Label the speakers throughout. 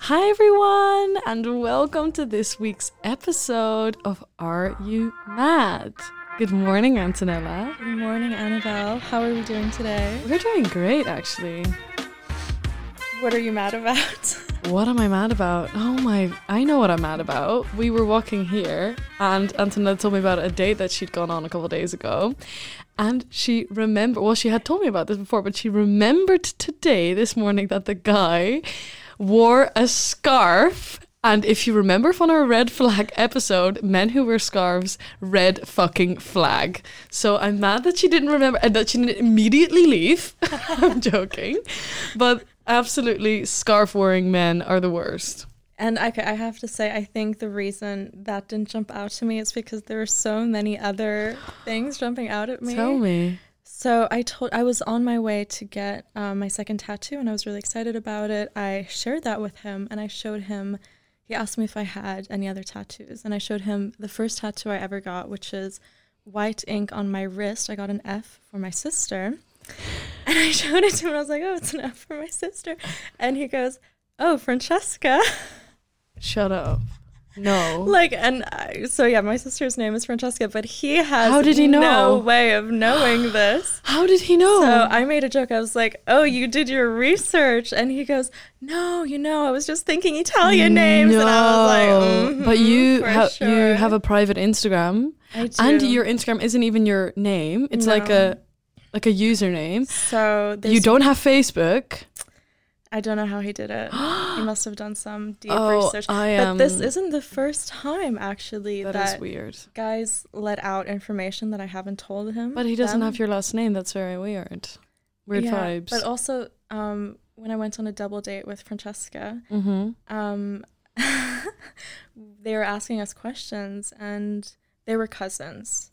Speaker 1: Hi, everyone, and welcome to this week's episode of Are You Mad? Good morning, Antonella.
Speaker 2: Good morning, Annabelle. How are we doing today?
Speaker 1: We're doing great, actually.
Speaker 2: What are you mad about?
Speaker 1: What am I mad about? Oh my, I know what I'm mad about. We were walking here, and Antonella told me about a date that she'd gone on a couple days ago. And she remembered, well, she had told me about this before, but she remembered today, this morning, that the guy wore a scarf. And if you remember from our red flag episode, men who wear scarves, red fucking flag. So I'm mad that she didn't remember and that she didn't immediately leave. I'm joking. But absolutely, scarf wearing men are the worst.
Speaker 2: and okay, I have to say, I think the reason that didn't jump out to me is because there were so many other things jumping out at me.
Speaker 1: Tell me.
Speaker 2: So I told I was on my way to get um, my second tattoo, and I was really excited about it. I shared that with him, and I showed him. He asked me if I had any other tattoos, and I showed him the first tattoo I ever got, which is white ink on my wrist. I got an F for my sister, and I showed it to him. And I was like, "Oh, it's an F for my sister," and he goes, "Oh, Francesca."
Speaker 1: Shut up. No.
Speaker 2: Like, and I, so yeah, my sister's name is Francesca, but he has
Speaker 1: How did he know?
Speaker 2: no way of knowing this.
Speaker 1: How did he know?
Speaker 2: So I made a joke. I was like, "Oh, you did your research," and he goes, "No, you know, I was just thinking Italian names," and I was like,
Speaker 1: No.
Speaker 2: "Mhm,
Speaker 1: but you
Speaker 2: for
Speaker 1: ha- you
Speaker 2: sure."
Speaker 1: have a private Instagram,
Speaker 2: I do.
Speaker 1: and your Instagram isn't even your name. It's like
Speaker 2: No.
Speaker 1: a like a username.
Speaker 2: so there's,
Speaker 1: You don't have Facebook.
Speaker 2: I don't know how he did it. he must have done some deep
Speaker 1: Oh,
Speaker 2: research.
Speaker 1: I
Speaker 2: but this
Speaker 1: am-
Speaker 2: isn't the first time actually that,
Speaker 1: that is weird.
Speaker 2: guys let out information that I haven't told him.
Speaker 1: But he doesn't
Speaker 2: them.
Speaker 1: have your last name. That's very weird. Weird
Speaker 2: Yeah,
Speaker 1: vibes.
Speaker 2: But also, um, when I went on a double date with Francesca,
Speaker 1: mm-hmm.
Speaker 2: um, they were asking us questions and they were cousins.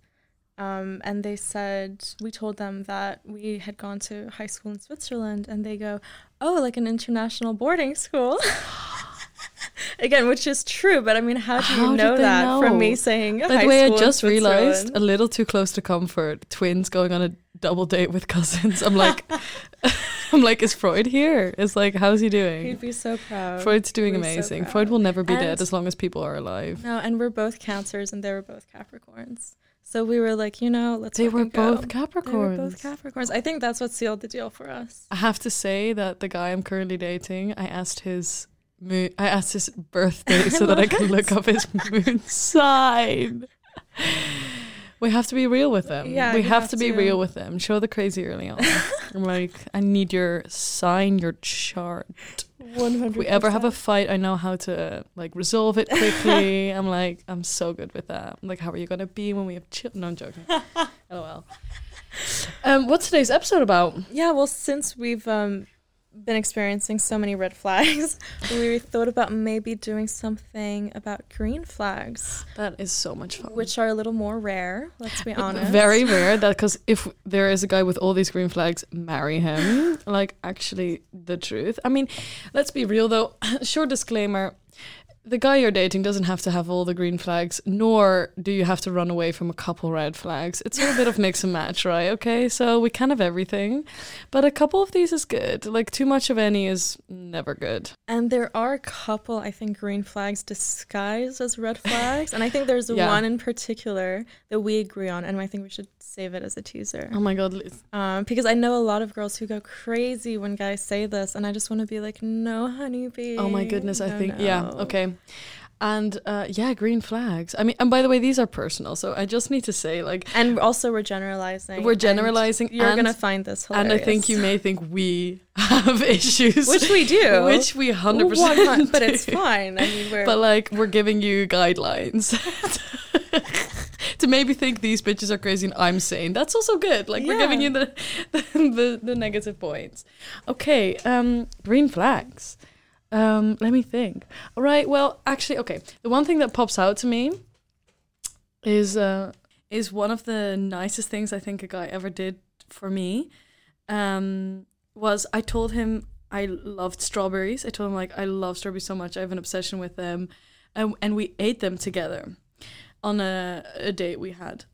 Speaker 2: Um, and they said, we told them that we had gone to high school in Switzerland, and they go, oh, like an international boarding school. Again, which is true, but I mean, how do you
Speaker 1: How did
Speaker 2: know
Speaker 1: they
Speaker 2: that
Speaker 1: know?
Speaker 2: from me saying
Speaker 1: By
Speaker 2: high
Speaker 1: the way, I
Speaker 2: school in
Speaker 1: just realized a
Speaker 2: Switzerland?
Speaker 1: little too close to comfort. Twins going on a double date with cousins. I'm like, I'm like, is Freud here? It's like, how's he doing?
Speaker 2: He'd be so proud.
Speaker 1: Freud's doing
Speaker 2: we're so
Speaker 1: amazing.
Speaker 2: proud.
Speaker 1: Freud will never be
Speaker 2: And-
Speaker 1: dead as long as people are alive.
Speaker 2: No, and we're both Cancers and they were both Capricorns. So we were like, you know, let's
Speaker 1: They were
Speaker 2: fucking go.
Speaker 1: both Capricorns.
Speaker 2: They were both Capricorns. I think that's what sealed the deal for us.
Speaker 1: I have to say that the guy I'm currently dating, I asked his moon, I asked his birthday so that I can look up his moon sign. We have to be real with them.
Speaker 2: Yeah,
Speaker 1: we
Speaker 2: you
Speaker 1: have,
Speaker 2: have
Speaker 1: to be
Speaker 2: to.
Speaker 1: real with them. Show the crazy early on. I'm like, I need your sign, your chart.
Speaker 2: One
Speaker 1: If
Speaker 2: hundred.
Speaker 1: we ever have a fight, I know how to like resolve it quickly. I'm like, I'm so good with that. I'm like, how are you gonna be when we have children? No, I'm joking. LOL. Um, what's today's episode about?
Speaker 2: yeah, well, since we've um, been experiencing so many red flags, we thought about maybe doing something about green flags,
Speaker 1: That is so much fun.
Speaker 2: which are a little more rare. Let's be honest.
Speaker 1: Very rare that because if there is a guy with all these green flags, marry him. like, actually, the truth. I mean, let's be real though. Short disclaimer the guy you're dating doesn't have to have all the green flags, nor do you have to run away from a couple red flags. It's all a bit of mix and match, right? Okay, so we can have everything, but a couple of these is good. Like, too much of any is never good.
Speaker 2: And there are a couple, I think, green flags disguised as red flags, and I think there's
Speaker 1: Yeah.
Speaker 2: one in particular that we agree on, and I think we should save it as a teaser.
Speaker 1: Oh my god, Liz.
Speaker 2: um, because I know a lot of girls who go crazy when guys say this, and I just want to be like, no, honeybee.
Speaker 1: Oh my goodness, I
Speaker 2: no,
Speaker 1: think yeah,
Speaker 2: no."
Speaker 1: okay. And uh, yeah, green flags. I mean, and by the way, these are personal, so I just need to say, like,
Speaker 2: And also, we're generalizing.
Speaker 1: We're
Speaker 2: and
Speaker 1: generalizing
Speaker 2: You're
Speaker 1: and-
Speaker 2: gonna find this hilarious.
Speaker 1: and I think you may think we have issues,
Speaker 2: which we do,
Speaker 1: which we hundred
Speaker 2: One-
Speaker 1: percent,
Speaker 2: But it's fine. I mean, we're
Speaker 1: But like, we're giving you guidelines to maybe think these bitches are crazy and I'm sane. That's also good. Like, we're giving
Speaker 2: Yeah.
Speaker 1: you the the, the the negative points. Okay, um, green flags. Um, let me think. All right. Well, actually, okay. The one thing that pops out to me is uh, is one of the nicest things I think a guy ever did for me. Um, was I told him I loved strawberries. I told him like I love strawberries so much. I have an obsession with them, and, and we ate them together on a, a date we had.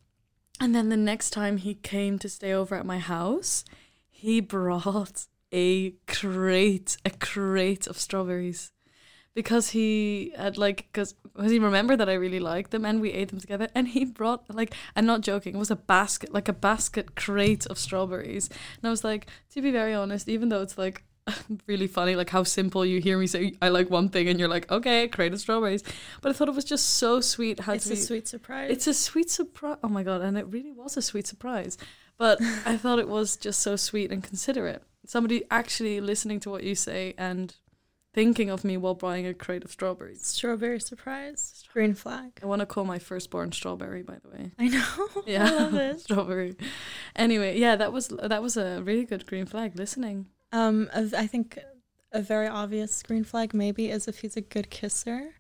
Speaker 1: And then the next time he came to stay over at my house, he brought a crate, a crate of strawberries because he had like because he remembered that I really liked them and we ate them together and he brought like I'm not joking it was a basket like a basket crate of strawberries and I was like to be very honest even though it's like really funny like how simple you hear me say I like one thing and you're like okay crate of strawberries but I thought it was just so sweet how
Speaker 2: it's
Speaker 1: to
Speaker 2: a
Speaker 1: be-
Speaker 2: sweet surprise.
Speaker 1: it's a sweet surprise oh my god and it really was a sweet surprise but I thought it was just so sweet and considerate somebody actually listening to what you say and thinking of me while buying a crate of strawberries
Speaker 2: strawberry surprise. Green flag.
Speaker 1: I want to call my firstborn strawberry, by the way.
Speaker 2: I know.
Speaker 1: Yeah,
Speaker 2: I love it.
Speaker 1: strawberry. Anyway, yeah, that was that was a really good green flag. Listening.
Speaker 2: Um, a- I think a very obvious green flag maybe is if he's a good kisser.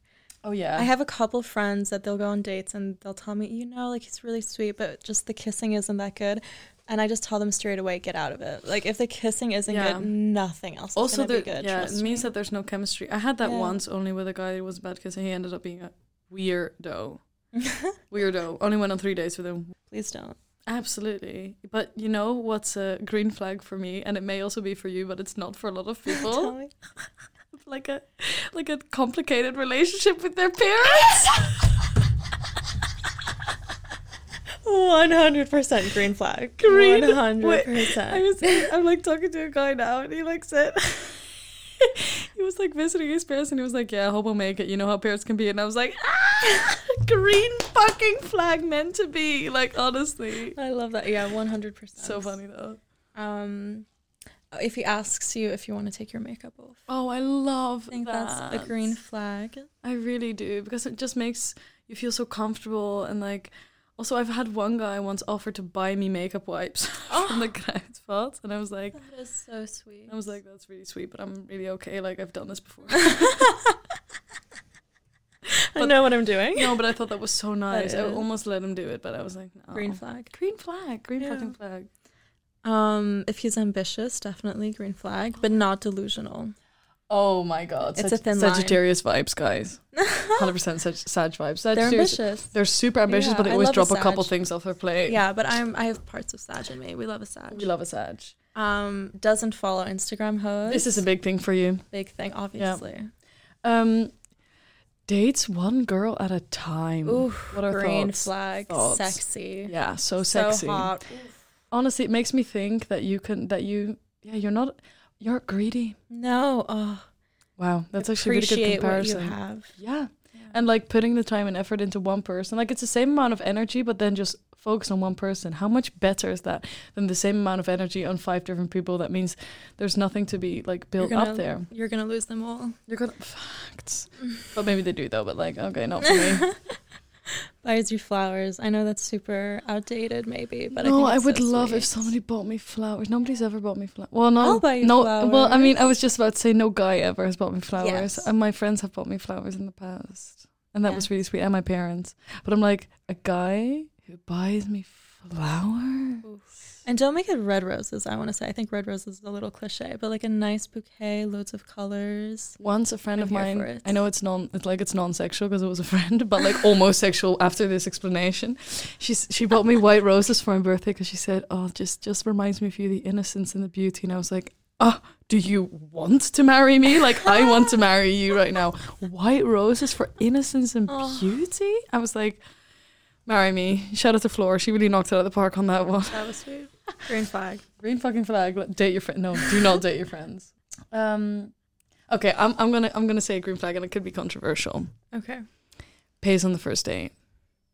Speaker 1: Oh yeah,
Speaker 2: I have a couple friends that they'll go on dates and they'll tell me, you know, like he's really sweet, but just the kissing isn't that good. And I just tell them straight away, get out of it. Like if the kissing isn't
Speaker 1: Yeah.
Speaker 2: good, nothing else is
Speaker 1: also
Speaker 2: gonna
Speaker 1: the
Speaker 2: be good.
Speaker 1: yeah it
Speaker 2: trust
Speaker 1: means
Speaker 2: me.
Speaker 1: that there's no chemistry. I had that
Speaker 2: Yeah.
Speaker 1: once only with a guy who was bad because he ended up being a weirdo. Weirdo. Only went on three dates with him.
Speaker 2: Please don't.
Speaker 1: Absolutely. But you know what's a green flag for me, and it may also be for you, but it's not for a lot of
Speaker 2: Tell
Speaker 1: people.
Speaker 2: me.
Speaker 1: like a like a complicated relationship with their parents.
Speaker 2: 100% green flag.
Speaker 1: Green-
Speaker 2: 100%.
Speaker 1: I was I'm like talking to a guy now and he like said he was like visiting his parents and he was like, Yeah, I hope I'll make it. You know how parents can be and I was like, ah, green fucking flag meant to be. Like honestly.
Speaker 2: I love that. Yeah, 100%.
Speaker 1: So funny though.
Speaker 2: Um, if he asks you if you want to take your makeup off,
Speaker 1: Oh, I love
Speaker 2: I think that's a green flag.
Speaker 1: I really do because it just makes you feel so comfortable and like also I've had one guy once offer to buy me makeup wipes from
Speaker 2: Oh.
Speaker 1: the Kruidvat and I was like
Speaker 2: That is so sweet.
Speaker 1: I was like, that's really sweet, but I'm really okay. Like, I've done this before.
Speaker 2: I know what I'm doing.
Speaker 1: No, but I thought that was so nice. I
Speaker 2: is-
Speaker 1: almost let him do it, but I was like, no.
Speaker 2: Green flag.
Speaker 1: Green flag. Green
Speaker 2: Yeah.
Speaker 1: fucking flag.
Speaker 2: Um, if he's ambitious, definitely green flag, but not delusional.
Speaker 1: Oh my god.
Speaker 2: It's
Speaker 1: Sag-
Speaker 2: a thin line.
Speaker 1: Sagittarius vibes, guys. 100% sag, sag vibes.
Speaker 2: They're
Speaker 1: Sagittarius.
Speaker 2: ambitious.
Speaker 1: They're super ambitious,
Speaker 2: Yeah,
Speaker 1: but they
Speaker 2: I
Speaker 1: always
Speaker 2: love a
Speaker 1: drop a, couple
Speaker 2: Sag.
Speaker 1: things off their plate.
Speaker 2: Yeah, but I'm I have parts of Sag in me. We love a Sag.
Speaker 1: We love a Sag.
Speaker 2: Um, doesn't follow Instagram hoes.
Speaker 1: This is a big thing for you.
Speaker 2: big thing, obviously.
Speaker 1: Um, dates one girl at a time.
Speaker 2: Ooh,
Speaker 1: what are
Speaker 2: green
Speaker 1: thoughts?
Speaker 2: flag,
Speaker 1: Thoughts.
Speaker 2: sexy,
Speaker 1: Yeah, so sexy.
Speaker 2: so hot.
Speaker 1: honestly, it makes me think that you can that you yeah you're not you're greedy.
Speaker 2: No, oh,
Speaker 1: Wow, that's actually a really good
Speaker 2: appreciate what you
Speaker 1: comparison.
Speaker 2: have.
Speaker 1: Yeah. and like putting the time and effort into one person, like it's the same amount of energy, but then just focus on one person. How much better is that than the same amount of energy on five different people? That means there's nothing to be like built
Speaker 2: gonna,
Speaker 1: up there.
Speaker 2: You're gonna lose them all.
Speaker 1: You're gonna facts, but maybe they do though. But like, okay, not for me.
Speaker 2: Buys you flowers. I know that's super outdated, maybe, but
Speaker 1: no,
Speaker 2: I,
Speaker 1: I,
Speaker 2: think it's
Speaker 1: would
Speaker 2: so
Speaker 1: love if
Speaker 2: sweet.
Speaker 1: somebody bought me flowers. Nobody's ever bought me flowers. Well, no,
Speaker 2: I'll buy you
Speaker 1: no. Well, I mean, I
Speaker 2: flowers.
Speaker 1: was just about to say no guy ever has bought me flowers,
Speaker 2: Yes.
Speaker 1: and my friends have bought me flowers in the past, and that was
Speaker 2: Yes.
Speaker 1: really sweet, and my parents. But I'm like a guy who buys me flowers.
Speaker 2: And don't make it red roses, I want to say. I think red roses is a little cliche, but like a nice bouquet, loads of colors.
Speaker 1: Once a friend
Speaker 2: I'm
Speaker 1: of
Speaker 2: here for
Speaker 1: mine,
Speaker 2: it.
Speaker 1: I know it's non, it's like it's non-sexual because it was a friend, but like almost sexual after this explanation. She s- she bought me white roses for my birthday because she said, "Oh, just just reminds me of you, the innocence and the beauty." And I was like, "Oh, do you want to marry me? Like I want to marry you right now. White roses for innocence and
Speaker 2: Oh.
Speaker 1: beauty." I was like, "Marry me." Shout out to Flora. She really knocked it out of the park on that one.
Speaker 2: That was sweet. Green flag.
Speaker 1: Green fucking flag. Let- Date your friend. No, do not date your friends. Um, okay, I'm, I'm gonna I'm gonna say a green flag, and it could be controversial.
Speaker 2: Okay.
Speaker 1: Pays on the first date,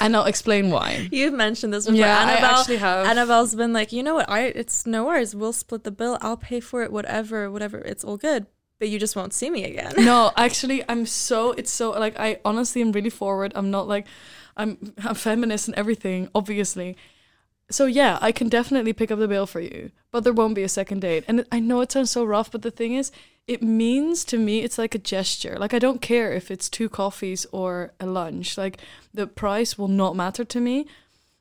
Speaker 1: and I'll explain why.
Speaker 2: You've mentioned this before.
Speaker 1: yeah,
Speaker 2: Annabelle,
Speaker 1: I actually have.
Speaker 2: Annabelle's been like, you know what? I It's no worries. We'll split the bill. I'll pay for it, whatever, whatever. It's all good, but you just won't see me again.
Speaker 1: no, actually, I'm so it's so like I honestly am really forward. I'm not like I'm I'm feminist and everything, obviously. So yeah, I can definitely pick up the bill for you, but there won't be a second date. And I know it sounds so rough, but the thing is, it means to me it's like a gesture. Like I don't care if it's two coffees or a lunch. Like the price will not matter to me,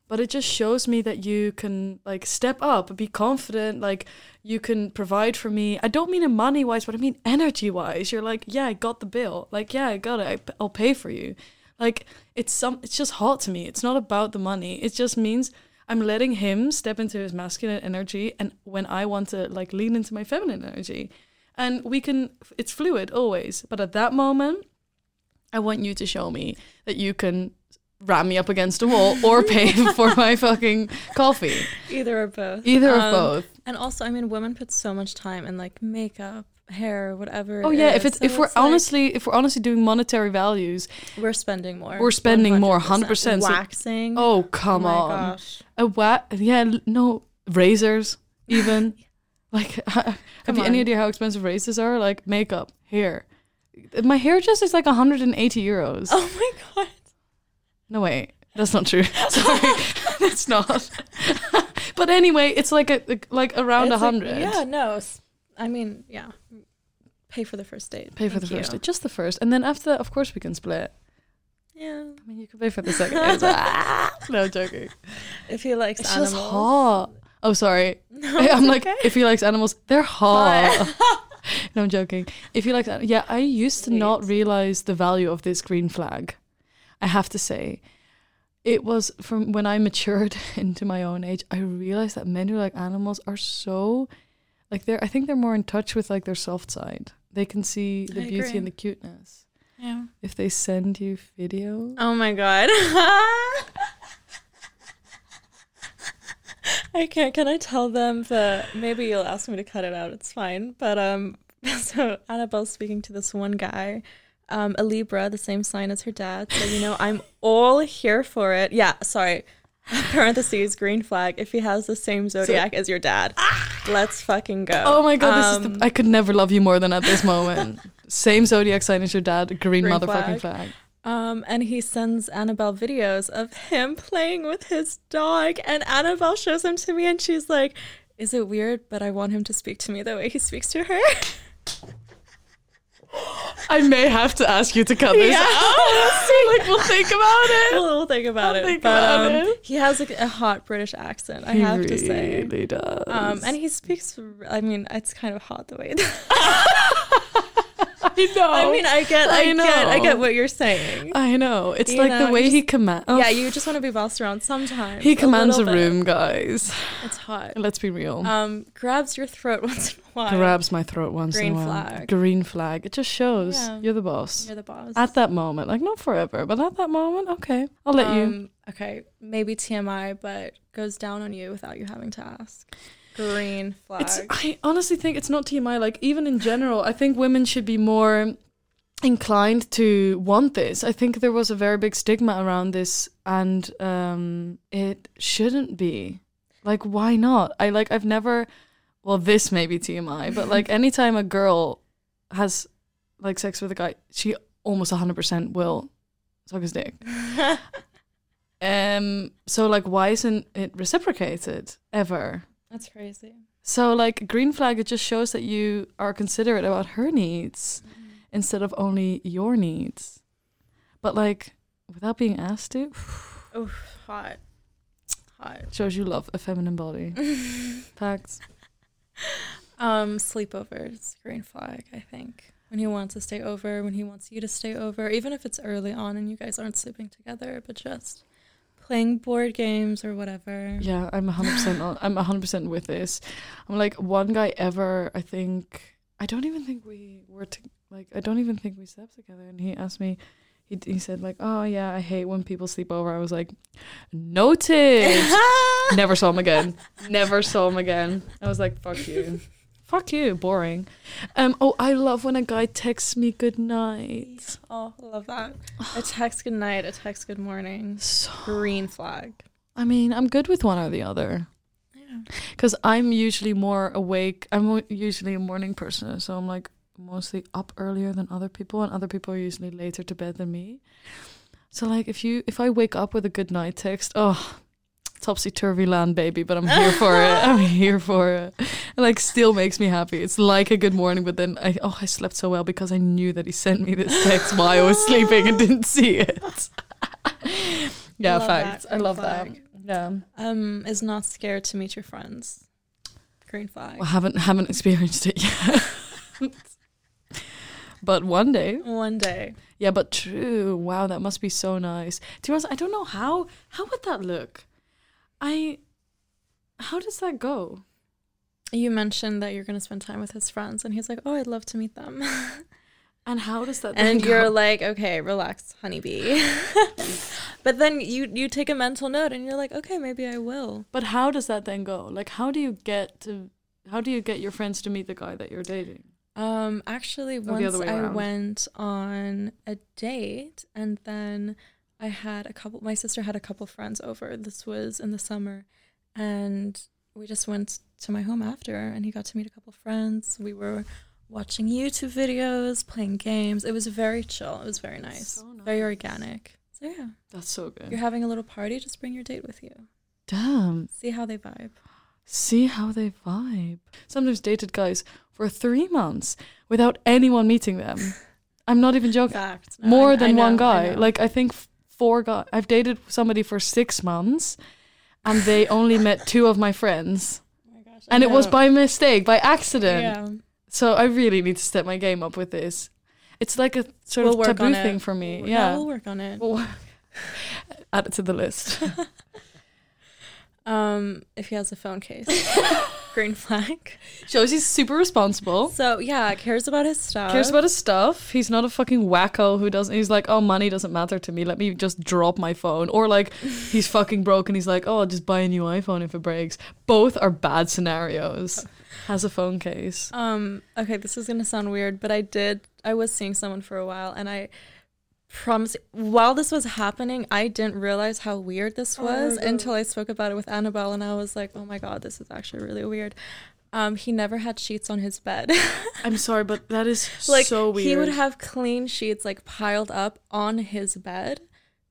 Speaker 1: but it just shows me that you can like step up, be confident, like you can provide for me. I don't mean in money wise, but I mean energy wise. You're like, yeah, I got the bill. Like, yeah, I got it. I p- I'll pay for you. Like, it's some. It's just hot to me. It's not about the money. It just means I'm letting him step into his masculine energy, and when I want to like lean into my feminine energy, And we can, it's fluid always. But at that moment, I want you to show me that you can ram me up against a wall or pay for my fucking coffee.
Speaker 2: Either or both.
Speaker 1: Either
Speaker 2: Um,
Speaker 1: of both.
Speaker 2: And also, I mean, women put so much time in like makeup, hair, whatever.
Speaker 1: Oh
Speaker 2: it
Speaker 1: yeah, if
Speaker 2: is.
Speaker 1: it's
Speaker 2: So
Speaker 1: if we're
Speaker 2: like,
Speaker 1: honestly if we're honestly doing monetary values,
Speaker 2: we're spending more.
Speaker 1: We're spending more, 100%, so-
Speaker 2: Waxing.
Speaker 1: oh come
Speaker 2: my
Speaker 1: on.
Speaker 2: gosh.
Speaker 1: A what? Yeah, l- no razors even. like, have you any
Speaker 2: on.
Speaker 1: idea how expensive razors are? Like makeup, hair. My hair just is like 180 euros.
Speaker 2: Oh my god.
Speaker 1: No wait, that's not true. Sorry, that's not. but anyway, it's like a like around a
Speaker 2: It's like-
Speaker 1: hundred.
Speaker 2: yeah, no. s- I mean, yeah. Pay for the first date.
Speaker 1: Pay for
Speaker 2: Thank
Speaker 1: the first
Speaker 2: you.
Speaker 1: date, just the first, and then after that, of course, we can split.
Speaker 2: Yeah.
Speaker 1: I mean, you can pay for the second. date. as well. no joking.
Speaker 2: If he likes
Speaker 1: It's
Speaker 2: animals.
Speaker 1: just hot. Oh, sorry.
Speaker 2: No,
Speaker 1: I'm
Speaker 2: it's
Speaker 1: like,
Speaker 2: okay.
Speaker 1: if he likes animals, they're hot. no, I'm joking. If he likes, an- yeah, I used to not
Speaker 2: Wait.
Speaker 1: realize the value of this green flag. I have to say, it was from when I matured into my own age. I realized that men who like animals are so, like, they're. I think they're more in touch with like their soft side. They can see the
Speaker 2: I
Speaker 1: beauty
Speaker 2: agree.
Speaker 1: and the cuteness.
Speaker 2: Yeah.
Speaker 1: If they send you video,
Speaker 2: Oh my god. I can't. Can I tell them the? Maybe you'll ask me to cut it out. It's fine. But um, so Annabelle's speaking to this one guy, um, a Libra, the same sign as her dad. So you know, I'm all here for it. Yeah. Sorry. Parentheses green flag. If he has the same zodiac as your dad, let's fucking go.
Speaker 1: Ah! oh my god, this is
Speaker 2: Um,
Speaker 1: the, I could never love you more than at this moment. Same zodiac sign as your dad, green,
Speaker 2: Green
Speaker 1: motherfucking
Speaker 2: flag.
Speaker 1: flag.
Speaker 2: Um, and he sends Annabelle videos of him playing with his dog, and Annabelle shows them to me, and she's like, "Is it weird? But I want him to speak to me the way he speaks to her."
Speaker 1: I may have to ask you to cut this
Speaker 2: Yeah.
Speaker 1: out. like we'll think about it.
Speaker 2: we'll, we'll think about
Speaker 1: I'll
Speaker 2: it.
Speaker 1: think
Speaker 2: but
Speaker 1: about
Speaker 2: um,
Speaker 1: it.
Speaker 2: he has like, a hot British accent, I have to say.
Speaker 1: really does.
Speaker 2: Um, and he speaks. r- I mean, it's kind of hot the way. That,
Speaker 1: I know.
Speaker 2: I mean, I get, I,
Speaker 1: Oh, I
Speaker 2: get, I
Speaker 1: know.
Speaker 2: get what you're saying.
Speaker 1: I know. It's
Speaker 2: you
Speaker 1: like
Speaker 2: know,
Speaker 1: the way
Speaker 2: you
Speaker 1: he commands.
Speaker 2: yeah, you just want to be bossed around sometimes.
Speaker 1: Oh. he commands a,
Speaker 2: little bit.
Speaker 1: room, guys.
Speaker 2: It's hot.
Speaker 1: Let's be real.
Speaker 2: Um, grabs your throat once in a while.
Speaker 1: Grabs my throat once in
Speaker 2: Green
Speaker 1: a while.
Speaker 2: flag.
Speaker 1: Green flag. It just shows
Speaker 2: Yeah.
Speaker 1: you're the boss.
Speaker 2: You're the boss.
Speaker 1: At that moment, like not forever, but at that moment, okay, I'll let you.
Speaker 2: Um, Okay, maybe TMI, but goes down on you without you having to ask. Green flag.
Speaker 1: It's, I honestly think it's not TMI. Like even in general, I think women should be more inclined to want this. I think there was a very big stigma around this, and um, it shouldn't be. Like, why not? I like I've never. Well, this may be TMI, but like anytime a girl has like sex with a guy, she almost 100% will suck his dick. Um, so like, why isn't it reciprocated ever?
Speaker 2: That's crazy.
Speaker 1: So like green flag, it just shows that you are considerate about her needs instead of only your needs. But like without being asked to,
Speaker 2: Oh, hot. Hot.
Speaker 1: it shows you love a feminine body. Facts.
Speaker 2: Um, sleepovers. Green flag. I think when he wants to stay over, when he wants you to stay over, even if it's early on and you guys aren't sleeping together, but just playing board games or whatever.
Speaker 1: Yeah, I'm 100% on, I'm 100% with this. I'm like one guy ever, I think I don't even think we were to, like I don't even think we slept together and he asked me he, he said like, "Oh yeah, I hate when people sleep over." I was like, "Noted." Never saw him again. Never saw him again. I was like, fuck you. fuck you. Boring. Um, oh, I love when a guy texts me good night.
Speaker 2: Oh, love that. A text good night. A text good morning.
Speaker 1: So,
Speaker 2: Green flag.
Speaker 1: I mean, I'm good with one or the other.
Speaker 2: Yeah.
Speaker 1: Because I'm usually more awake. I'm mo- usually a morning person. So I'm like mostly up earlier than other people. And other people are usually later to bed than me. So like if you if I wake up with a good night text, oh topsy turvy land baby, but I'm here for it. I'm here for it. And like still makes me happy. It's like a good morning, but then I oh I slept so well because I knew that he sent me this text while I was sleeping and didn't see it. yeah,
Speaker 2: Love that
Speaker 1: facts. I
Speaker 2: red
Speaker 1: love
Speaker 2: flag.
Speaker 1: that. Yeah.
Speaker 2: um is not scared to meet your friends. Green flag.
Speaker 1: Well, haven't haven't experienced it yet. but one day.
Speaker 2: One day.
Speaker 1: Yeah, but true. Wow, that must be so nice. To be honest, I don't know how how would that look? I how does that go?
Speaker 2: You mentioned that you're going to spend time with his friends, and he's like, "Oh, I'd love to meet them."
Speaker 1: And how does that? then
Speaker 2: and you're
Speaker 1: go?
Speaker 2: like, "Okay, relax, honeybee." but then you you take a mental note, and you're like, "Okay, maybe I will."
Speaker 1: but how does that then go? Like, how do you get to? How do you get your friends to meet the guy that you're dating?
Speaker 2: Um, actually,
Speaker 1: the other
Speaker 2: once
Speaker 1: way
Speaker 2: I
Speaker 1: around.
Speaker 2: went on a date, and then I had a couple. My sister had a couple friends over. This was in the summer, and we just went to my home after, and he got to meet a couple friends. We were watching YouTube videos, playing games. It was very chill. It was very nice,
Speaker 1: So
Speaker 2: very
Speaker 1: nice.
Speaker 2: organic. So yeah,
Speaker 1: That's so
Speaker 2: you're
Speaker 1: good.
Speaker 2: having a little party. Just bring your date with you.
Speaker 1: Damn.
Speaker 2: See how they vibe.
Speaker 1: See how they vibe. Sometimes dated guys for three months without anyone meeting them. I'm not even joking.
Speaker 2: Fact. No,
Speaker 1: More
Speaker 2: I- I
Speaker 1: than
Speaker 2: know, I
Speaker 1: one guy.
Speaker 2: know.
Speaker 1: Like I think f- four guys. I've dated somebody for six months, and they only met two of my friends,
Speaker 2: Oh my gosh, I
Speaker 1: and it was
Speaker 2: know.
Speaker 1: by mistake, by accident.
Speaker 2: yeah.
Speaker 1: So I really need to step my game up with this. It's like a sort
Speaker 2: We'll
Speaker 1: of
Speaker 2: work
Speaker 1: taboo
Speaker 2: on it.
Speaker 1: thing for me.
Speaker 2: No,
Speaker 1: yeah.
Speaker 2: we'll work on it.
Speaker 1: We'll- Add it to the list.
Speaker 2: Um, if he has a phone case, green flag.
Speaker 1: Shows he's super responsible.
Speaker 2: So yeah, cares about his stuff.
Speaker 1: Oh. Cares about his stuff. He's not a fucking wacko who doesn't. He's like, oh, money doesn't matter to me. Let me just drop my phone. Or like, he's fucking broke and he's like, oh, I'll just buy a new iPhone if it breaks. Both are bad scenarios. Has a phone case.
Speaker 2: Um, okay, this is gonna sound weird, but I did. I was seeing someone for a while, and I promise. While this was happening, I didn't realize how weird this
Speaker 1: Oh my
Speaker 2: was
Speaker 1: God.
Speaker 2: until I spoke about it with Annabelle, and I was like, oh my god, this is actually really weird. Um, he never had sheets on his bed.
Speaker 1: I'm sorry, but that is
Speaker 2: like
Speaker 1: so weird.
Speaker 2: he would have clean sheets like piled up on his bed.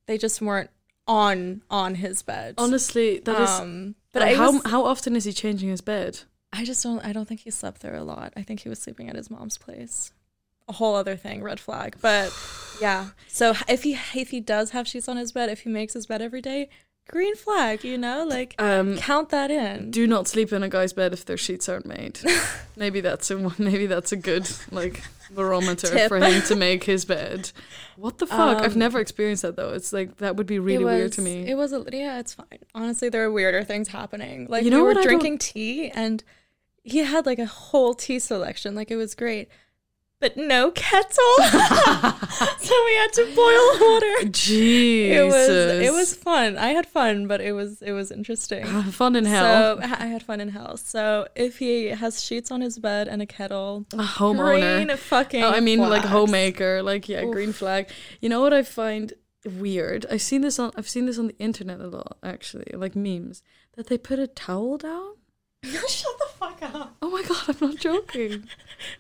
Speaker 2: They just weren't on on his bed.
Speaker 1: Honestly, that is.
Speaker 2: um, but
Speaker 1: but
Speaker 2: I
Speaker 1: how
Speaker 2: was-
Speaker 1: how often is he changing his bed?
Speaker 2: I just don't. I don't think he slept there a lot. I think he was sleeping at his mom's place. A whole other thing, red flag. But yeah. So h- if he if he does have sheets on his bed, if he makes his bed every day, green flag. You know, like
Speaker 1: Um,
Speaker 2: count that in.
Speaker 1: do not sleep in a guy's bed if their sheets aren't made. maybe that's a maybe that's a good like barometer
Speaker 2: Tip.
Speaker 1: for him to make his bed. What the fuck? I've
Speaker 2: Um,
Speaker 1: never experienced that though. It's like that would be really
Speaker 2: It
Speaker 1: weird to
Speaker 2: was-
Speaker 1: me.
Speaker 2: It was a, yeah. It's fine. Honestly, there are weirder things happening. Like
Speaker 1: You know
Speaker 2: we
Speaker 1: what I
Speaker 2: were
Speaker 1: don't-
Speaker 2: drinking tea, and he had like a whole tea selection. Like it was great, but no kettle. so we had to boil water.
Speaker 1: Jesus.
Speaker 2: it was it was fun. I had fun, but it was it was interesting.
Speaker 1: Have fun in hell.
Speaker 2: So I had fun in hell. So if he has sheets on his bed and a kettle,
Speaker 1: a homeowner.
Speaker 2: green fucking.
Speaker 1: Oh, I mean, like
Speaker 2: flags.
Speaker 1: homemaker, like yeah,
Speaker 2: Oof.
Speaker 1: green flag. You know what I find weird? I've seen this on I've seen this on the internet a lot actually, like memes that they put a towel down.
Speaker 2: Shut the fuck up.
Speaker 1: Oh my god, I'm not joking.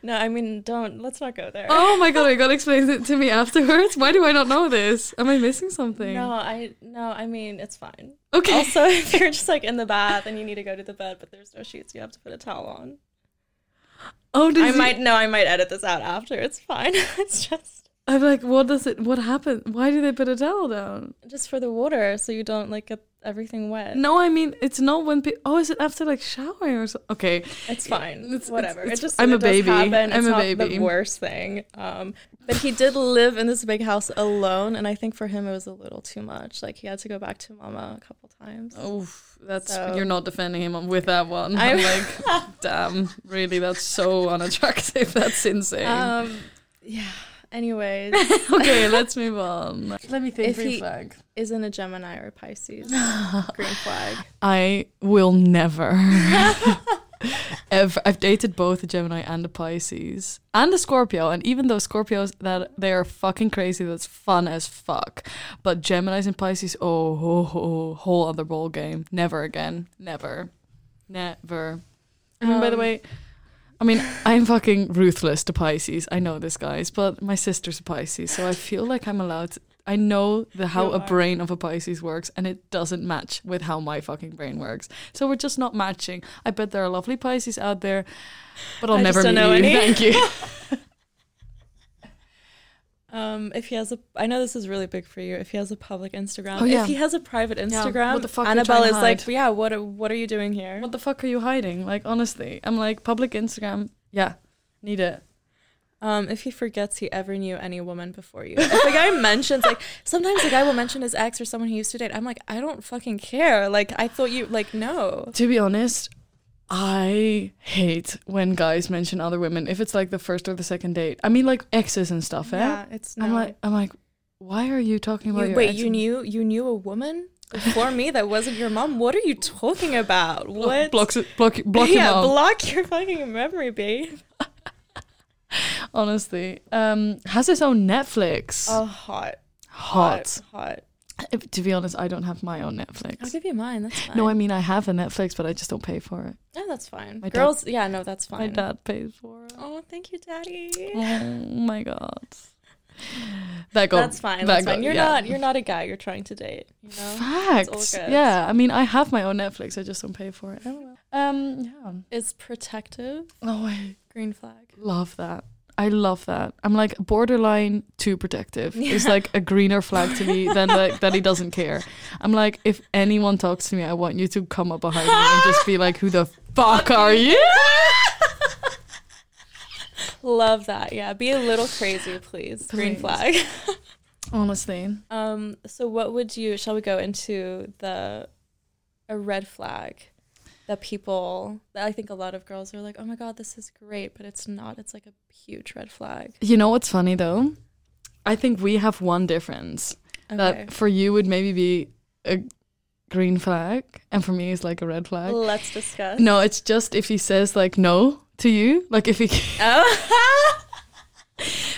Speaker 2: No, I mean don't. Let's not go there.
Speaker 1: Oh my god, I gotta explain it to me afterwards. Why do I not know this? Am I missing something?
Speaker 2: No, I no. I mean it's fine.
Speaker 1: Okay.
Speaker 2: Also, if you're just like in the bath and you need to go to the bed, but there's no sheets, you have to put a towel on.
Speaker 1: oh, does
Speaker 2: I
Speaker 1: it-
Speaker 2: might no. I might edit this out after. It's fine. it's just
Speaker 1: I'm like, what does it? What happened? Why did they put a towel down?
Speaker 2: just for the water, so you don't like get everything wet.
Speaker 1: No, I mean it's not when. Pe- oh, is it after like showering or something? Okay.
Speaker 2: It's fine.
Speaker 1: it's-
Speaker 2: Whatever.
Speaker 1: it's-
Speaker 2: It just
Speaker 1: I'm
Speaker 2: it
Speaker 1: a
Speaker 2: does
Speaker 1: baby.
Speaker 2: Happen.
Speaker 1: I'm
Speaker 2: it's
Speaker 1: a
Speaker 2: not
Speaker 1: baby.
Speaker 2: The worst thing. Um, but he did live in this big house alone, and I think for him it was a little too much. Like he had to go back to mama a couple times.
Speaker 1: Oof, that's
Speaker 2: So-
Speaker 1: you're not defending him on- with that one. I'm,
Speaker 2: I'm-
Speaker 1: like, damn, really, that's so unattractive. That's insane.
Speaker 2: Um, yeah. Anyways,
Speaker 1: okay, let's move on. Let me
Speaker 2: If
Speaker 1: Green
Speaker 2: he-
Speaker 1: flag.
Speaker 2: isn't a Gemini or Pisces? Green flag.
Speaker 1: I will never. ever. I've dated both a Gemini and a Pisces and a Scorpio, and even though Scorpios that they are fucking crazy, that's fun as fuck. But Gemini's and Pisces, oh, oh, oh whole other ball game. Never again. Never, never. I mean, by the
Speaker 2: Um,
Speaker 1: way, I mean I'm fucking ruthless to Pisces. I know this, guys, but my sister's a Pisces, so I feel like I'm allowed. to I know the how
Speaker 2: You
Speaker 1: a
Speaker 2: are.
Speaker 1: brain of a Pisces works, and it doesn't match with how my fucking brain works. So we're just not matching. I bet there are lovely Pisces out there, but I'll
Speaker 2: I just
Speaker 1: never meet
Speaker 2: don't know
Speaker 1: you.
Speaker 2: any.
Speaker 1: Thank you.
Speaker 2: Um, if he has a, I know this is really big for you. If he has a public Instagram,
Speaker 1: Oh, yeah.
Speaker 2: if he has a private Instagram,
Speaker 1: What the fuck are you
Speaker 2: Annabelle
Speaker 1: trying to
Speaker 2: is like,
Speaker 1: hide?
Speaker 2: yeah, what, are- what are you doing here?
Speaker 1: what the fuck are you hiding? Like honestly, I'm like public Instagram. Yeah, need it.
Speaker 2: Um, if he forgets he ever knew any woman before you, if the guy mentions like sometimes the guy will mention his ex or someone he used to date. I'm like, I don't fucking care. Like I thought you like no.
Speaker 1: To be honest, I hate when guys mention other women if it's like the first or the second date. I mean, like exes and stuff. Eh?
Speaker 2: Yeah, it's
Speaker 1: I'm
Speaker 2: not.
Speaker 1: like, I'm like, why are you talking about
Speaker 2: You,
Speaker 1: your
Speaker 2: wait,
Speaker 1: ex
Speaker 2: you
Speaker 1: and-
Speaker 2: knew you knew a woman before me that wasn't your mom? What are you talking about? What?
Speaker 1: Blocks it, block, block him
Speaker 2: yeah,
Speaker 1: out.
Speaker 2: block your fucking memory, babe.
Speaker 1: Honestly, um, has his own Netflix.
Speaker 2: Oh, hot,
Speaker 1: Hot.
Speaker 2: hot.
Speaker 1: If- to be honest, I don't have my own Netflix.
Speaker 2: I'll give you mine. That's fine.
Speaker 1: No, I mean I have a Netflix, but I just don't pay for it.
Speaker 2: No, that's fine.
Speaker 1: My dad-
Speaker 2: Girls, yeah, no, that's fine.
Speaker 1: My dad pays for it.
Speaker 2: Oh, thank you, daddy.
Speaker 1: Oh my god. That got
Speaker 2: that's fine.
Speaker 1: that
Speaker 2: That's
Speaker 1: got-
Speaker 2: fine. You're
Speaker 1: yeah.
Speaker 2: not. You're not a guy. You're trying to date. You know.
Speaker 1: Facts.
Speaker 2: good.
Speaker 1: Yeah, I mean I have my own Netflix. I just don't pay for it. Um, yeah.
Speaker 2: It's protective.
Speaker 1: No way.
Speaker 2: Green flag.
Speaker 1: Love that. I love that. I'm like borderline too protective. It's
Speaker 2: Yeah.
Speaker 1: like a greener flag to me than like that he doesn't care. I'm like, if anyone talks to me, I want you to come up behind me and just be like, "Who the fuck are you?"
Speaker 2: Love that. Yeah. Be a little crazy, please. Green
Speaker 1: Please.
Speaker 2: flag.
Speaker 1: Honestly,
Speaker 2: Um. So, what would you? Shall we go into the a red flag that people that I think a lot of girls are like, oh my god, this is great, but it's not. It's like a huge red flag.
Speaker 1: you know what's funny though? I think we have one difference
Speaker 2: Okay.
Speaker 1: that for you would maybe be a green flag, and for me is like a red flag.
Speaker 2: Let's discuss.
Speaker 1: No, it's just if he says like no to you, like if he
Speaker 2: Oh.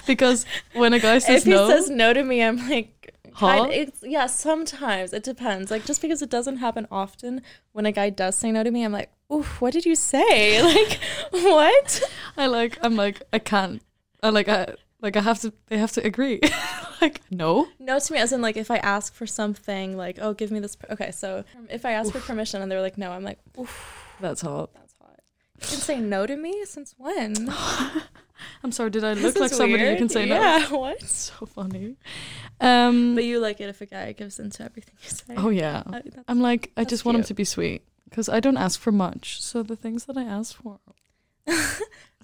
Speaker 1: because when a guy says
Speaker 2: if he
Speaker 1: no,
Speaker 2: says no to me, I'm like,
Speaker 1: Huh?
Speaker 2: kind- it's, yeah, sometimes it depends. Like just because it doesn't happen often, when a guy does say no to me, I'm like, oof, what did you say? Like, what?
Speaker 1: I like I'm like I can't. I like I like I have to. They have to agree. like no.
Speaker 2: No to me, as in like if I ask for something, like, oh, give me this. Per- okay, so if I ask for permission and they're like, no, I'm like, oof,
Speaker 1: That's hot.
Speaker 2: that's hot. You can say no to me since when?
Speaker 1: I'm sorry. Did I
Speaker 2: This
Speaker 1: look like
Speaker 2: is
Speaker 1: somebody who
Speaker 2: weird.
Speaker 1: can say no?
Speaker 2: Yeah, what?
Speaker 1: So funny. Um.
Speaker 2: But you like it if a guy gives into everything you say.
Speaker 1: oh yeah.
Speaker 2: Uh, that's-
Speaker 1: I'm like I
Speaker 2: that's
Speaker 1: just want him
Speaker 2: cute.
Speaker 1: to be sweet because I don't ask for much. So the things that I ask for,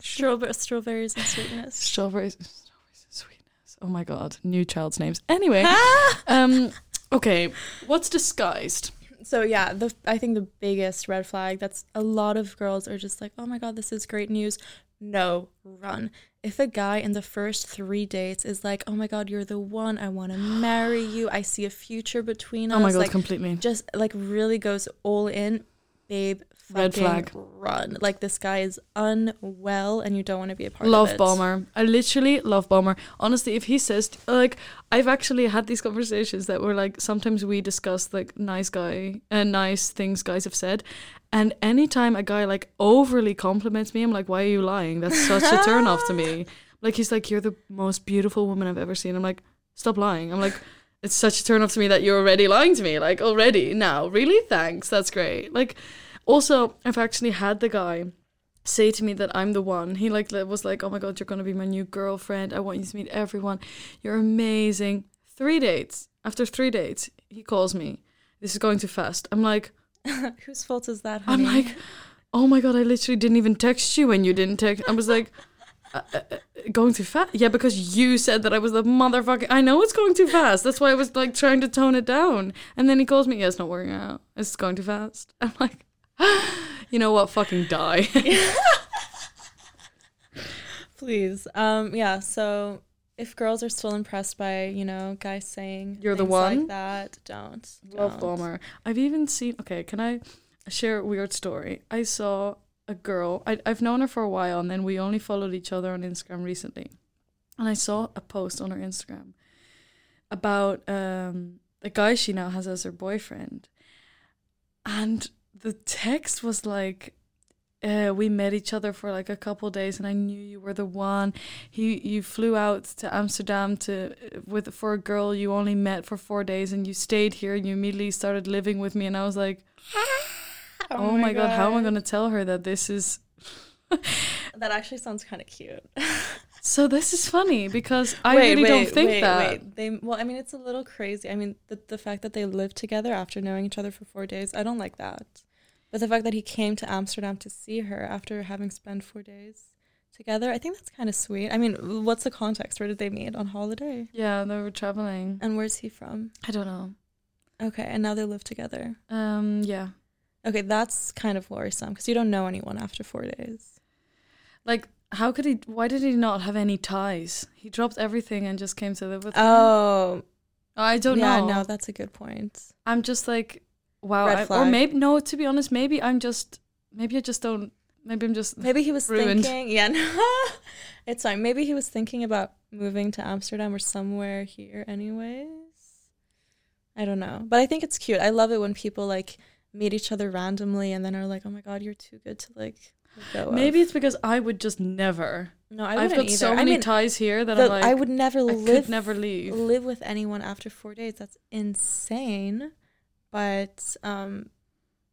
Speaker 2: Strawber- strawberries and sweetness.
Speaker 1: strawberries, strawberries and sweetness. Oh my god, new child's names. Anyway. um. Okay. What's disguised?
Speaker 2: So yeah, the I think the biggest red flag that's a lot of girls are just like, "Oh my god, this is great news." No, run. If a guy in the first 3 dates is like, "Oh my god, you're the one. I want to marry you. I see a future between
Speaker 1: Oh
Speaker 2: us."
Speaker 1: my god,
Speaker 2: like
Speaker 1: completely.
Speaker 2: just like really goes all in, babe.
Speaker 1: Red
Speaker 2: fucking
Speaker 1: flag.
Speaker 2: Run. Like this guy is unwell and you don't want to be a part of
Speaker 1: love
Speaker 2: it.
Speaker 1: bomber i literally love bomber honestly if he says like i've actually had these conversations that were like sometimes we discuss like nice guy and nice things guys have said and anytime a guy like overly compliments me i'm like why are you lying that's such a turn off to me like he's like you're the most beautiful woman i've ever seen i'm like stop lying i'm like it's such a turn off to me that you're already lying to me like already now really thanks that's great like also i've actually had the guy say to me that I'm the one. He like li- was like, "Oh my god, you're gonna be my new girlfriend. I want you to meet everyone. You're amazing." Three dates. After three dates, he calls me. This is going too fast. I'm like,
Speaker 2: Whose fault is that?
Speaker 1: I'm
Speaker 2: Honey?
Speaker 1: like, oh my god, I literally didn't even text you when you didn't text. I was like, uh, uh, uh, going too fast. Yeah, because you said that I was the motherfucking. I know it's going too fast. That's why I was like trying to tone it down. And then he calls me. Yeah, it's not working out. It's going too fast. I'm like, you know what? Fucking die.
Speaker 2: Please. Um, yeah, so if girls are still impressed by, you know, guys saying
Speaker 1: You're the
Speaker 2: things
Speaker 1: one?
Speaker 2: like that, don't.
Speaker 1: Love
Speaker 2: don't.
Speaker 1: bomber. I've even seen. Okay, can I share a weird story? I saw a girl. I, I've known her for a while, and then we only followed each other on Instagram recently. And I saw a post on her Instagram about um, a guy she now has as her boyfriend, and the text was like. Uh, we met each other for like a couple days, and I knew you were the one. He, you flew out to Amsterdam to uh, with for a girl you only met for four days and you stayed here and you immediately started living with me and I was like, oh, my god, how am I gonna tell her that this is
Speaker 2: That actually sounds kind of cute.
Speaker 1: so? This is funny because I really don't think that.
Speaker 2: Wait. They well, I mean, it's a little crazy. I mean, the, the fact that they lived together after knowing each other for 4 days, I don't like that. But the fact that he came to Amsterdam to see her after having spent 4 days together, I think that's kind of sweet. I mean, what's the context? Where did they meet on holiday?
Speaker 1: Yeah, they were traveling.
Speaker 2: And where's he from?
Speaker 1: I don't know.
Speaker 2: Okay, and now they live together.
Speaker 1: Um, yeah,
Speaker 2: Okay, that's kind of worrisome because you don't know anyone after four days.
Speaker 1: Like, how could he? Why did he not have any ties? He dropped everything and just came to live with. her.
Speaker 2: Oh,
Speaker 1: I don't
Speaker 2: yeah,
Speaker 1: know.
Speaker 2: no, that's a good point.
Speaker 1: I'm just like, wow.
Speaker 2: Red
Speaker 1: I- or
Speaker 2: flag.
Speaker 1: maybe no. To be honest, maybe I'm just. Maybe I just don't. Maybe I'm just.
Speaker 2: Maybe he was
Speaker 1: Ruined.
Speaker 2: thinking, yeah, no, it's fine. Maybe he was thinking about moving to Amsterdam or somewhere here, anyways. I don't know, but I think it's cute. I love it when people like meet each other randomly and then are like, "Oh my god, you're too good to like." let go of."
Speaker 1: Maybe it's because I would just never.
Speaker 2: no, I
Speaker 1: I have
Speaker 2: wouldn't
Speaker 1: got
Speaker 2: either.
Speaker 1: so
Speaker 2: I
Speaker 1: many
Speaker 2: mean,
Speaker 1: ties here that
Speaker 2: the-
Speaker 1: I'm like,
Speaker 2: I would never
Speaker 1: I
Speaker 2: live
Speaker 1: could never leave.
Speaker 2: live with anyone after four days. That's insane. But um,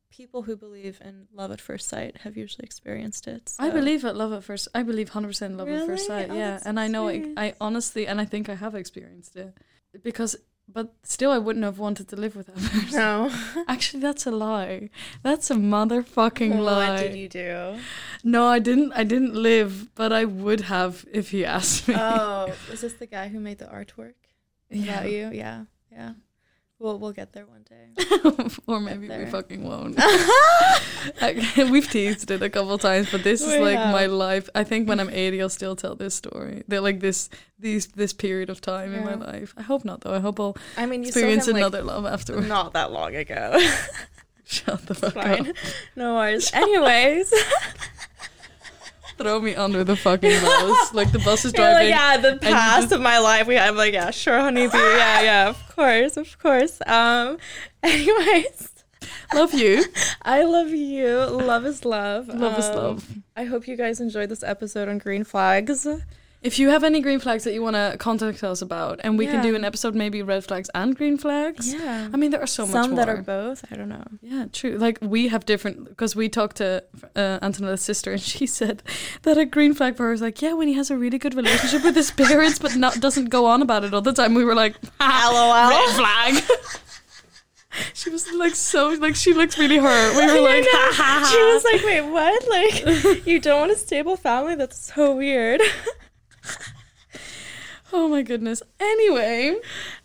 Speaker 2: people who believe in love at first sight have usually experienced it.
Speaker 1: I
Speaker 2: so-
Speaker 1: believe at love at first. I believe hundred percent love at first
Speaker 2: Really?
Speaker 1: sight.
Speaker 2: Oh,
Speaker 1: yeah,
Speaker 2: that's
Speaker 1: and I know I,
Speaker 2: cute.
Speaker 1: I honestly and I think I have experienced it because, but still, I wouldn't have wanted to live with that person.
Speaker 2: No.
Speaker 1: Actually, that's a lie. That's a motherfucking lie.
Speaker 2: What did you do?
Speaker 1: No, I didn't. I didn't live, but I would have if he asked me.
Speaker 2: Oh, was this the guy who made the artwork
Speaker 1: yeah.
Speaker 2: about you? Yeah, yeah. We'll we'll get there one day.
Speaker 1: or maybe we
Speaker 2: there.
Speaker 1: fucking won't. Okay, We've teased it a couple times, but this is
Speaker 2: We
Speaker 1: like
Speaker 2: have.
Speaker 1: my life. I think when I'm 80, I'll still tell this story. They're like this, these, this period of time in my
Speaker 2: Yeah.
Speaker 1: life. I hope not, though. I hope I'll
Speaker 2: I mean, you
Speaker 1: experience
Speaker 2: saw him,
Speaker 1: another Oh, love
Speaker 2: like,
Speaker 1: afterwards.
Speaker 2: not that long ago.
Speaker 1: Shut the fuck
Speaker 2: Fine,
Speaker 1: up.
Speaker 2: no worries. Anyways,
Speaker 1: Throw me under the fucking bus. like the bus is
Speaker 2: You're like,
Speaker 1: driving.
Speaker 2: yeah, the
Speaker 1: you
Speaker 2: past of my life. We, I'm like, yeah, sure, honeybee. Yeah, yeah, of course, of course. Um, anyways,
Speaker 1: Love you.
Speaker 2: I love you. Love is love.
Speaker 1: Love is
Speaker 2: Um,
Speaker 1: love.
Speaker 2: I hope you guys enjoyed this episode on green flags.
Speaker 1: If you have any green flags that you want to contact us about, and we can
Speaker 2: Yeah.
Speaker 1: do an episode maybe red flags and green flags.
Speaker 2: Yeah.
Speaker 1: I mean, there are so much
Speaker 2: Some
Speaker 1: more.
Speaker 2: that are both. I don't know.
Speaker 1: Yeah, true. Like we have different because we talked to uh, Antonella's sister, and she said that a green flag for her is like, yeah, when he has a really good relationship with his parents, but not doesn't go on about it all the time. We were like,
Speaker 2: LOL.
Speaker 1: red flag. she was like so like she looked really hurt. We were like,
Speaker 2: she was like, wait, what? Like, you don't want a stable family? That's so weird.
Speaker 1: oh my goodness. Anyway,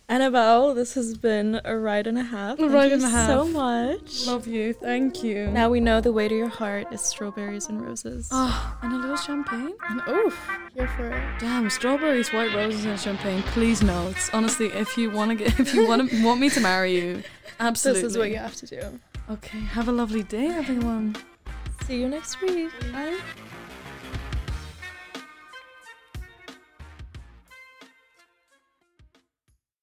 Speaker 2: Annabelle, this has been a ride and a half.
Speaker 1: A
Speaker 2: Thank
Speaker 1: ride
Speaker 2: you
Speaker 1: and a half.
Speaker 2: so much.
Speaker 1: love you. Thank you.
Speaker 2: Now we know the way to your heart is strawberries and roses.
Speaker 1: oh, and a little champagne.
Speaker 2: and Um, oof, here for it.
Speaker 1: Damn, strawberries, white roses, and champagne. Please, notes. Honestly, if you want to get, if you want to want me to marry you, absolutely.
Speaker 2: This is what you have to do.
Speaker 1: Okay, have a lovely day, everyone.
Speaker 2: See you next week. Bye.